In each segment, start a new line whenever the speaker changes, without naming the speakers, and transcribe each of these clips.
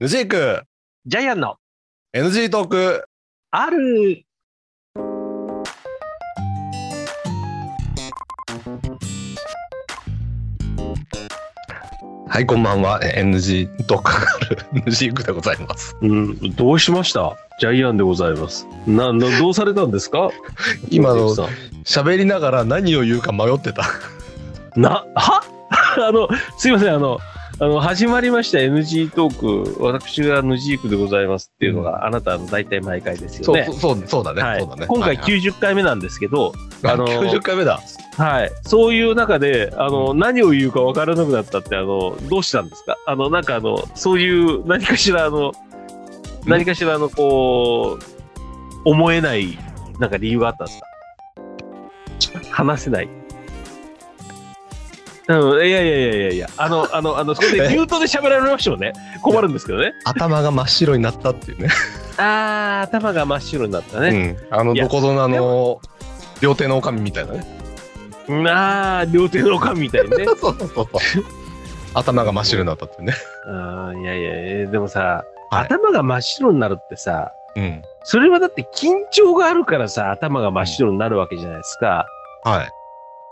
ヌジーク
ジャイアンの
NG トーク
ある
はいこんばんはえー NG トークある ヌジークでございます
うん、どうしましたジャイアンでございます。な、などうされたんですか
今の
ジェイクさ
喋りながら何を言うか迷ってた
んな、は あの、すいません、あの、あの、始まりました NG トーク、私が NG 区でございますっていうのが、あなたの大体毎回ですよ
そう
ね。
そうそうだね、
はい
そうだね
今回
はいはい
90回目なんですけど、あの
90回目だ
はい、そういう中であの何を言うか分からなくなったってあのどうしたんですかあのなんかあのそういう何かしらあの
ん
何かしらのこう思えないなんか理由があったんですか話せない。うん、いやいやいやいやいや、あの、あの、あ の、そこでミュートで喋られましてもね、困るんですけどね。
頭が真っ白になったっていうね
あー、頭が真っ白になったね。
うん、あの
いや
どこぞのあの料亭の女将みたいなね
あー、両手の狼みたいにね。
そうそうそう頭が真っ白になったっていうね、
あーいやいやいや、でもさ、
はい
頭が真っ白になるってさ、
うん、
それはだって緊張があるからさ、頭が真っ白になるわけじゃないですか。
はい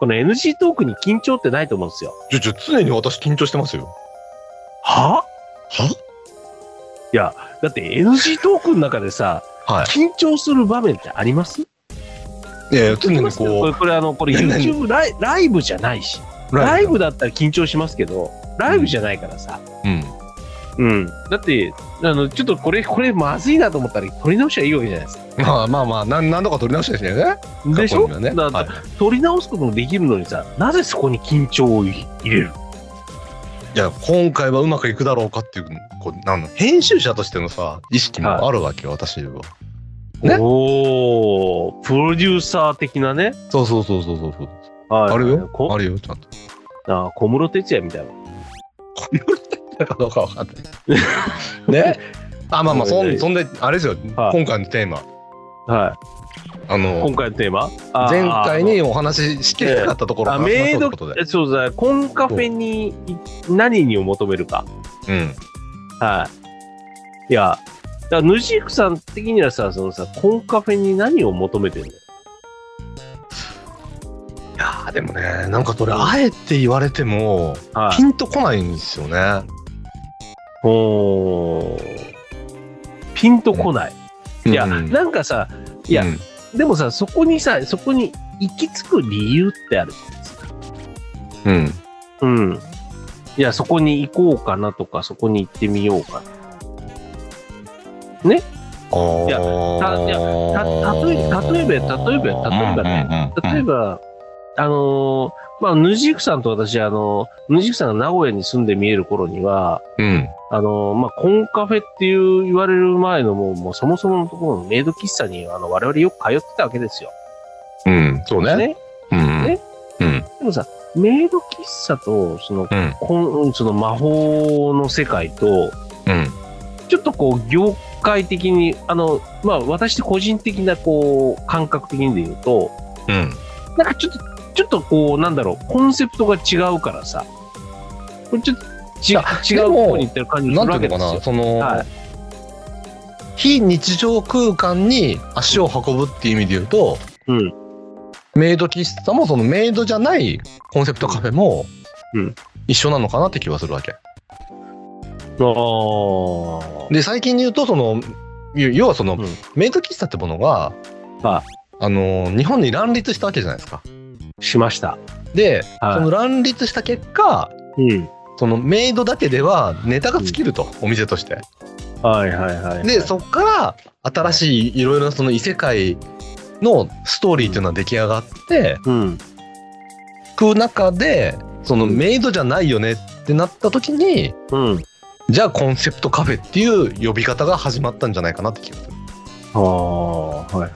この NG トークに緊張ってないと思うんですよ。
ちょちょ常に私緊張してますよ
は
は
だって NG トークの中でさ、
は
緊張する場面ってあります
いいやいや常に
こ
こ
れ、これあの、これ
いや何
YouTube ライライブじゃないし、
う
ライ
ブ
ブだったら緊張しますけど、ライブじゃないからさ。
うん
うん。だって、あの、ちょっとこれ、これまずいなと思ったら取り直しはいいわけじゃないですか。
まあまあまあ何何度か取り直してですね
でし
過去
ょ
にはね
だ
はい
取り直すこともできるのにさ、なぜそこに緊張を入れる
いや今回はうまくいくだろうかっていうこうなんの編集者としてのさ意識もあるわけよ、私はね
おお、プロデューサー的なね。
そうそうそうそうそうそう
はい
あるよ
こ
あるよちゃんと
あ小室哲也みたいな。
だかどうかわかんない ねあまあまあそんそんであれですよ、
はい
今回のテーマ
は
あ
い。
の
今回のテーマあ
前回にお話ししきれなかったところ
あ
を
あ
話しま
メ
しょうと
イ
い
ド
うことで、
そうだ、コンカフェに何にを求めるか。
うん、
はい。いや、だからヌジークさん的にはさ、そのさ、コンカフェに何を求めてるの
いやーでもねなんかそれあえて言われても
は
ピ
い。
ンとこないんですよね、
おーピンとこない。いや、
うん
なんかさ、いや
うん
でもさ、そこにさ、そこに行き着く理由ってあるじゃないですか。
うん
うん。いや、そこに行こうかなとか、そこに行ってみようか
あー
いやたいやた例え例えば例えば例えばね
うんうんうん
な。例えば、あのーまあ、ヌジークさんと私、あの、ヌジークさんが名古屋に住んで見える頃には、
うん。
あのーまあ、コンカフェっていう言われる前のもう、もうそもそものところのメイド喫茶に、あの、我々よく通ってたわけですよ。
うん。そうね。
ね。
うん。
ね
うん。
でもさ、メイド喫茶と、その、
うん。
こんその魔法の世界と、
うん。
ちょっとこう、業界的に、あの、まあ、私個人的な、こう、感覚的にで言うと、
うん。
なんかちょっと、ちょっとこう、なんだろう、コンセプトが違うからさ、これちょっとち違う
でも
とこに行ってる感じがする
な
わ
んて
け
いうの
で
か
すよ
な、。その、
はい
非日常空間に足を運ぶっていう意味で言うと、
うん。
メイド喫茶もそのメイドじゃないコンセプトカフェも、
うん
一緒なのかなって気はするわけ。
あ
で、最近で言うと、その、要要はその、
うん
メイド喫茶ってものが、
は
あの、日本に乱立したわけじゃないですか。
あ、しました。
で、そ
は
の乱立した結果、
い。うん。
そのメイドだけではネタが尽きると、お店として。
はいはいはい、はい。
でそっから新しいいろいろなその異世界のストーリーっていうのは出来上がって
うん。
く中でそのメイドじゃないよねってなった時に
うん。
じゃあコンセプトカフェっていう呼び方が始まったんじゃないかなって気がする。
ああ、はいはいはい。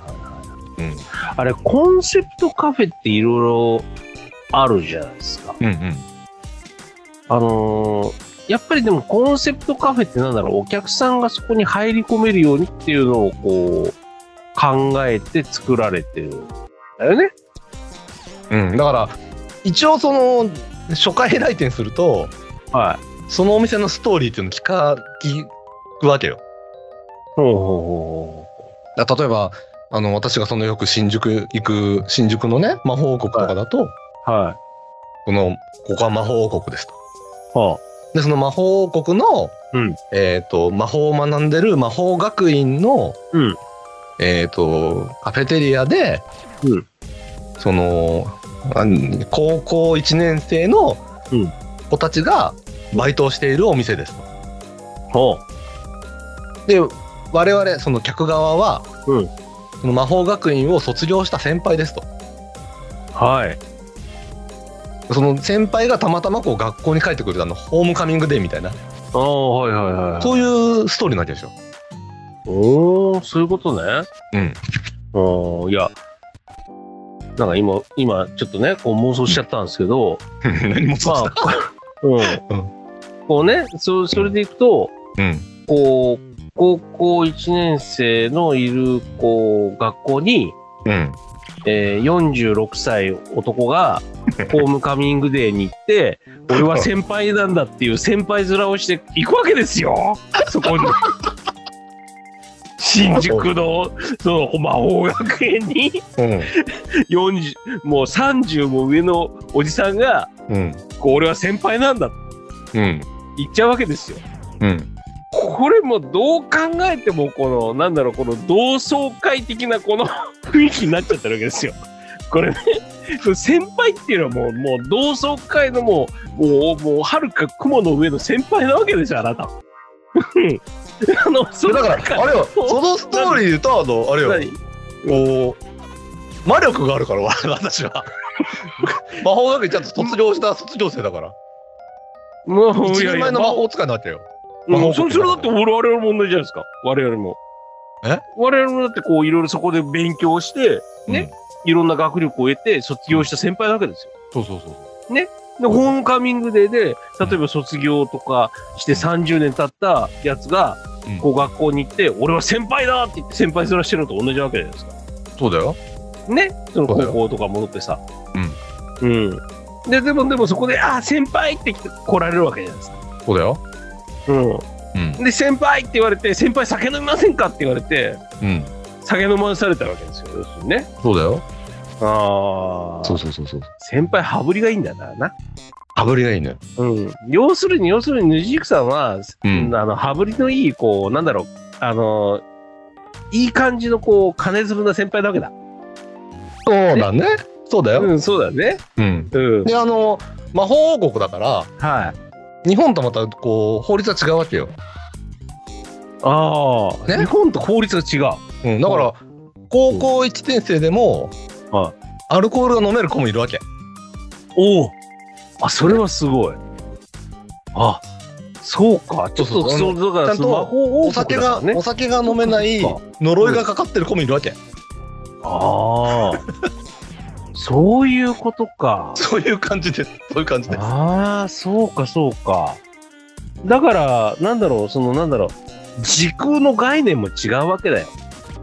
うん
あれ、コンセプトカフェっていろいろあるじゃないですか。
うんうん
あのーやっぱりでもコンセプトカフェってなんだろう、お客さんがそこに入り込めるようにっていうのをこう、考えて作られてるんだよね。
うん、だから一応その初回来店すると
は
そのお店のストーリーっていうのを聞か聞くわけよ。
ほうほ
だから例えば、あの、私がそのよく新宿行く、新宿のね、魔法王国とかだと、
うほうほう。はい。
この、ここは魔法王国ですと。
は
で、その魔法王国の、
うん
えっ、と、魔法を学んでる魔法学院の、
あ。うん。
えっ、と、カフェテリアで、
うん
その、あん高校1年生の
うん
子たちがバイトをしているお店ですと。
ほ
で、我々、その客側は、
うん
その魔法学院を卒業した先輩ですと。
う。はい。
その先輩がたまたまこう学校に帰ってくるあのホームカミングデーみたいな、
ああ、はいはいはいはい。
そういうストーリーなわけですよ。
おおそういうことね。
うん。
おーいや、なんか今、今、ちょっとね、こう妄想しちゃったんですけど、
何もそう
ま
だ。
あ、うん。
ん
こうね、そそれでいくと、
うん。
こう、高校1年生のいる、こう、学校に、
うん。
えー、46歳男が、ホームカミングデーに行って、俺は先輩なんだっていう先輩面をして行くわけですよ、そこに。新宿の、その、魔法学園に。
うん。
40もう30も上のおじさんが
うん。
こう俺は先輩なんだって
うん。
言っちゃうわけですよ。
うん。
これもうどう考えてもこのなんだろうこの同窓会的なこの 雰囲気になっちゃってるわけですよ。これねその先輩っていうのはもうもう同窓会のもうもうもうはるか雲の上の先輩なわけでしょあなた。 うんあのそ
だ
の
から、あれよ、 そのストーリーで言うと、あの、あれよ、
何
こう、魔力があるから、 我々私は。魔法学院ちゃんと卒業した卒業生だから。
もう
一
いや
人
いや
前の魔法使いになっちゃうよ。魔
う
法
ん、それそれだって我々も同じじゃないですか。我々も。
え
我々もだってこういろいろそこで勉強して、ね、いろんな学力を得て卒業した先輩なわけですよ。
そうそうそう。
で、
うん
ホームカミングデーで、例えば卒業とかして30年経ったやつが
うん、
こう学校に行って、俺は先輩だって言って先輩面してるのと同じわけじゃないですか。
そうだよ。
ね、その
そうだよ
高校とか戻ってさ。うん。うん。で、でも、でもそこで、ああ、先輩って来て来られるわけじゃないですか。
そうだよ。
うん。
うん。
で先輩って言われて先輩酒飲みませんかって言われて
うん。
酒飲まされたわけですよ要するにね
そうだよ。
あ
そうそうそうそう。
先輩羽振りがいいんだなな、
羽振りがいいね。
うん、要するに要するにヌジークさんは、
うん
あの羽振りのいいこうなんだろうあのいい感じのこう金粒な先輩なわけだ
そうだね。そうだよ。
うんそうだね
うん。
うん
で、あの、魔法王国だから、
はい
日本とまたこう法律は違うわけよ、
ああ、
ね
日本と法律が違う
うん、だから高校1年生でも
は
アルコールが飲める子もいるわけ
おおあそれはすごいあそうかちょっ
そう
と
そう
そうだ
ちゃ
から
んと
その魔法
お
王
酒
国だ
が、
からね
お酒が飲めない
そっか
呪いがかかってる子もいるわけ
あ あそういうことか
そういう感じですそういう感じです
ああそうかそうかだからなんだろうそのなんだろう時空の概念も違うわけだよ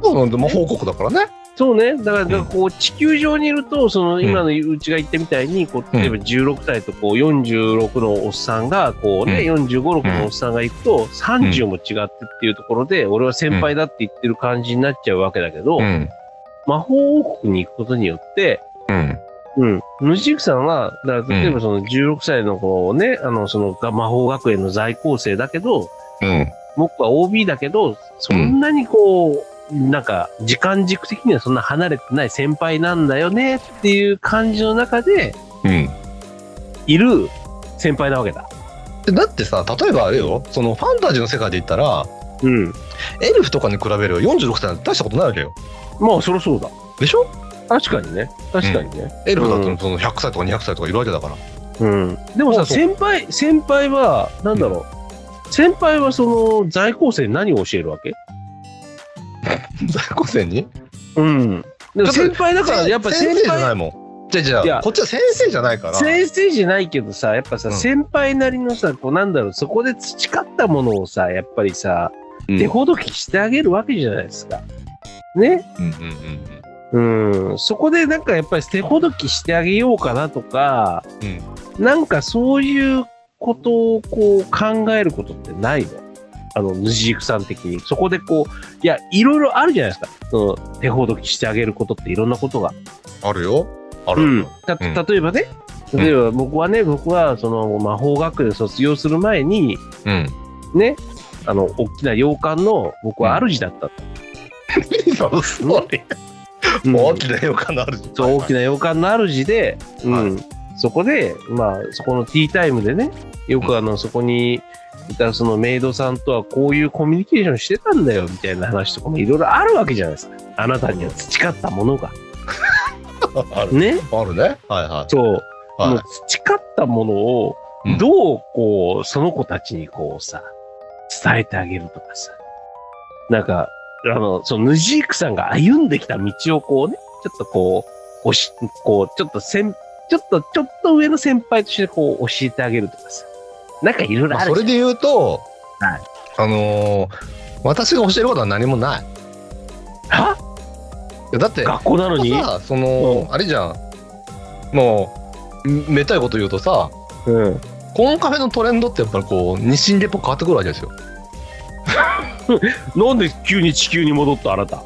そうなんで魔法国だからね
そうねだからだから
うん
こう地球上にいるとその
ん
今のうちが言ったみたいにこう例えば16歳とこう46のおっさんがこうね456のおっさんが行くと30も違ってっていうところで俺は先輩だって言ってる感じになっちゃうわけだけど
ん
魔法王国に行くことによって
うん
うん。ムジークさんは、だから例えばその16歳の子をね、あの、そのが魔法学園の在校生だけど、
うん
僕は OB だけど、そんなにこう、なんか、時間軸的にはそんな離れてない先輩なんだよねっていう感じの中で
うん
いる先輩なわけだ。
でだってさ例えばあれよそのファンタジーの世界で言ったら
うん。
エルフとかに比べれば46歳なんて大したことないわけよ
まあ、そりゃそうだ。
でしょ
確かにね。確かにね。
エルフだってその100歳とか200歳とかいるわけだから
うん。でも
そ
さ、
うそう
先輩、先輩は、なんだろう。先輩はその在校生に何を教えるわけ
在校生に
うん。でも先輩だから、やっぱ
先
先
生じゃ
輩
ないもん。じゃあじ
い
ゃあ
や
こっちは先生じゃないから。
先生じゃないけどさやっぱさ、
うん
先輩なりのさこうなんだろうそこで培ったものをさやっぱりさ、
うん
手ほどきしてあげるわけじゃないですか。ね
うんうんうん
うんそこでなんかやっぱり手ほどきしてあげようかなとか、なんかそういうことをこう考えることってないのあの、ヌジークさん的に。そこでこう、いや、いろいろあるじゃないですか。その、手ほどきしてあげることっていろんなことが。
あるよ。ある。
うん、た
うん
例えばね、
うん
例えば僕はね、僕はその魔法学園卒業する前に、
うん。
ね、あの、大きな洋館の僕は主だった。
そうそれ。
うん
もう 大きな予感のあるじゃん
そう、大きな洋館の主で、うん、そこで、まあ、そこのティータイムでね、よくあの、そこにいたそのメイドさんとはこういうコミュニケーションしてたんだよ、みたいな話とかもいろいろあるわけじゃないですか。あなたには培ったものが。
ある。
ね。
あるね。はいは
そう。
い。は
も
いう
培ったものを
うん、
どうこう、その子たちにこうさ、伝えてあげるとかさ。なんか、あの、そのヌジークさんが歩んできた道をこうね、ちょっとこう、おし、こう、ちょっと先、ちょっと、ちょっと上の先輩としてこう、教えてあげるとかさ。なんかいろいろ
まあ
ある
そ
じ
れ
ゃん
で言うと、
はい
あのー私が教えることは何もない。い
は
やだって、
学校なのに
さ、その、あれじゃん。もう、めめったいこと言うとさ、
うん。
このカフェのトレンドってやっぱりこう、日進レポ変わってくるわけですよ。
なんで急に地球に戻ったあなた。
い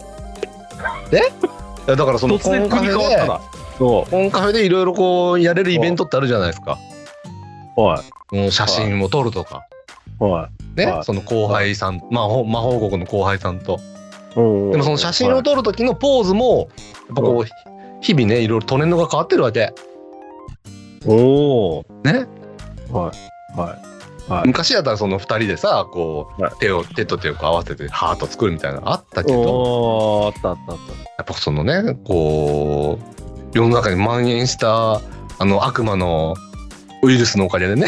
やだからその、
突
コ
然
ンカ
首
フ
変わ
ェ
った
で、
な。そ
コンカフェでいろいろこう、やれるイベントってあるじゃないですか。
う。はい。
もう写真を撮るとか、
は
ね、
はい
その後輩さん、魔法魔法国の後輩さんと。
い。うん
でもその写真を撮る時のポーズも、やっぱこう、日々ね、いろいろトレンドが変わってるわけ。
おお。
ね。
はい。はい。はい。
昔やったらその2人でさ、こ、
はいう
手を、手と手をこう合わせてハート作るみたいなのあったけど、
おおあったあったあっ
やっぱそのね、こう、世の中に蔓延した、あの、悪魔の、ウイルスのおかげでね、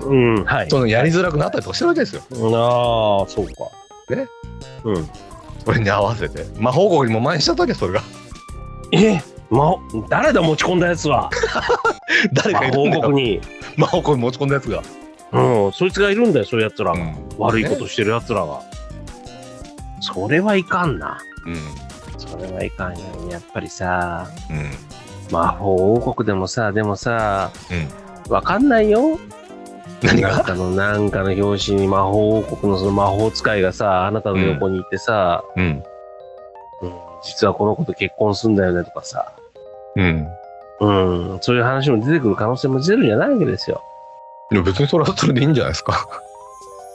た。うん、はい。
そのやりづらくなったりとかしてるわけですよ。
ああ、そうか。
ね
うん。
それに合わせて。魔法国にも蔓延しちゃったわけ、それが。
えま、誰だ持ち込んだやつは
誰かいるんだ
報告
よ。
に。
魔法国に持ち込んだやつが。
うん、そいつがいるんだよ、そういうやつらが。
ん
悪いことしてるやつらが。それはいかんな。
うん。
それはいかんよ。やっぱりさ、
うん。
魔法王国でもさ、でもさ、
う
わかんないよ。
何
あ
が
なたのなんかの表紙に魔法王国のその魔法使いがさ、あなたの横にいてさ、
うん。
うん、実はこの子と結婚すんだよねとかさ。
うん。
うん、そういう話も出てくる可能性も出るんじゃないわけですよ。
いや別にそれはそれでいいんじゃないですか。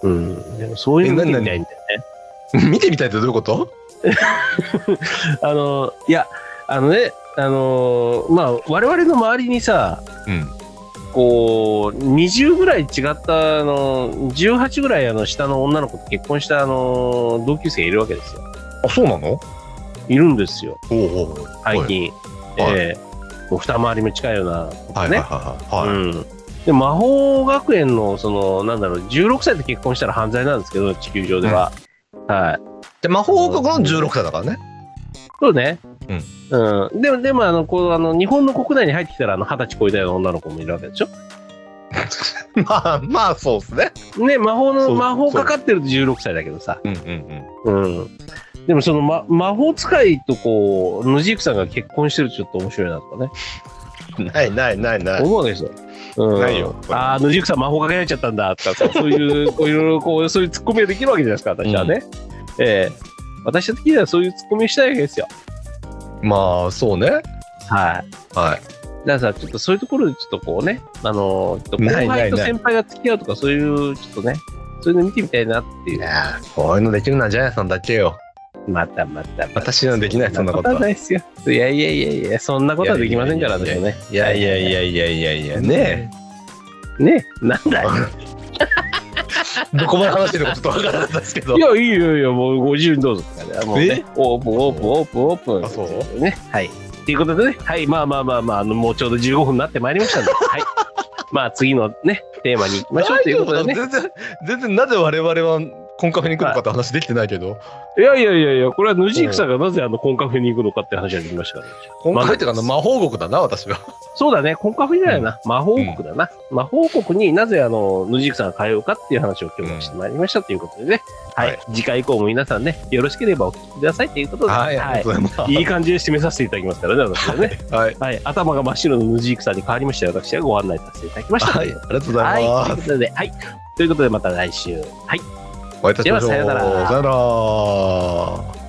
うん、でもそういうの
え
見て
何
みたいみたい ね。
見てみたいってどういうこと
あの、いや、あのね、あの、まあ、我々の周りにさ、
うん。
こう、20ぐらい違った、あの、18ぐらいあの下の女の子と結婚した、あの、同級生がいるわけですよ。
あ、そうなの
いるんですよ、
おうおう
最近。
はい
ええこう二回りも近いような子
はいはい
ね。
はいはい。
うん。で、魔法学園の、その、なんだろう、16歳で結婚したら犯罪なんですけど、地球上では。はい。
で、魔法王国の16歳だからね。
そうね。うん。でも、でも、あの、こう、あの、日本の国内に入ってきたら、あの、二十歳超えたような女の子もいるわけでしょ
まあまあ、そうですね。
ね、魔法
そ
の、
う
魔法かかってると16歳だけどさ。
うんうん
うん。でも、その、ま、魔法使いと、こう、ヌジークさんが結婚してるとちょっと面白いなとかね。
うん。ないないないない。
思うわけですよ。うん、
ないよ
ああ、ヌジークさん魔法かけられちゃったんだとかさ、そう いう、こういろいろ、こう、そういうツッコミができるわけじゃないですか、私はね。ええ私的にはそういうツッコミをしたいわけですよ。
まあ、そうね。
はい。
はい。
だからさ、ちょっとそういうところでちょっとこうね、あのー、ちょっと
ない
後
ない
輩と
ない
先輩が付き合うとか、そういう、ちょっとね、そういうの見てみたいなっていう。
こういうのできるのはジャイアンさんだけよ。
またまたまた。
私にはできないそんなことは
はないですよ。いやいやいやいや、そんなことはできませんから、
い
私
や
はいね。
いやいやいやいやいやいや、ね
え。ねえ、なんだよ。
え。どこまで話してるかちょっとわからなかったですけど
い。や、いいよいいよ、もうご自由にどうぞとかね。もうね、オープン、オープン、オープン、オープン。
あそう
うね。はい。ということでね、はい、まあまあまあまあ、あのもうちょうど15分になってまいりま したんで、はい。まあ次のね、テーマに行きましょうということでね。
全然、全然なぜ我々はコンカフェに来るのかって話できてないけど、
いやいやいやいや、これはヌジークさんがなぜあのコンカフェに行くのかって話ができましたから、
コンカフェっていうかあの魔法国だな、私は。
そうだね、コンカフェじゃないな、魔法王国だな。魔法王国になぜあのヌジークさんが通うかっていう話を今日はしてまいりましたということでね、はい、
はい
次回以降も皆さんね、よろしければお聞きくださいということで、
はい、ありがとうございます。
いい感じで締めさせていただきますからね、私はね。
はい。
はい、頭が真っ白のヌジークさんに変わりまして、私がご案内させていただきました。
はい、ありがとうございます。
はい、ということで、はい、ということでまた来週。はい。
お会いいたしましょう。
ではさようなら
さようなら。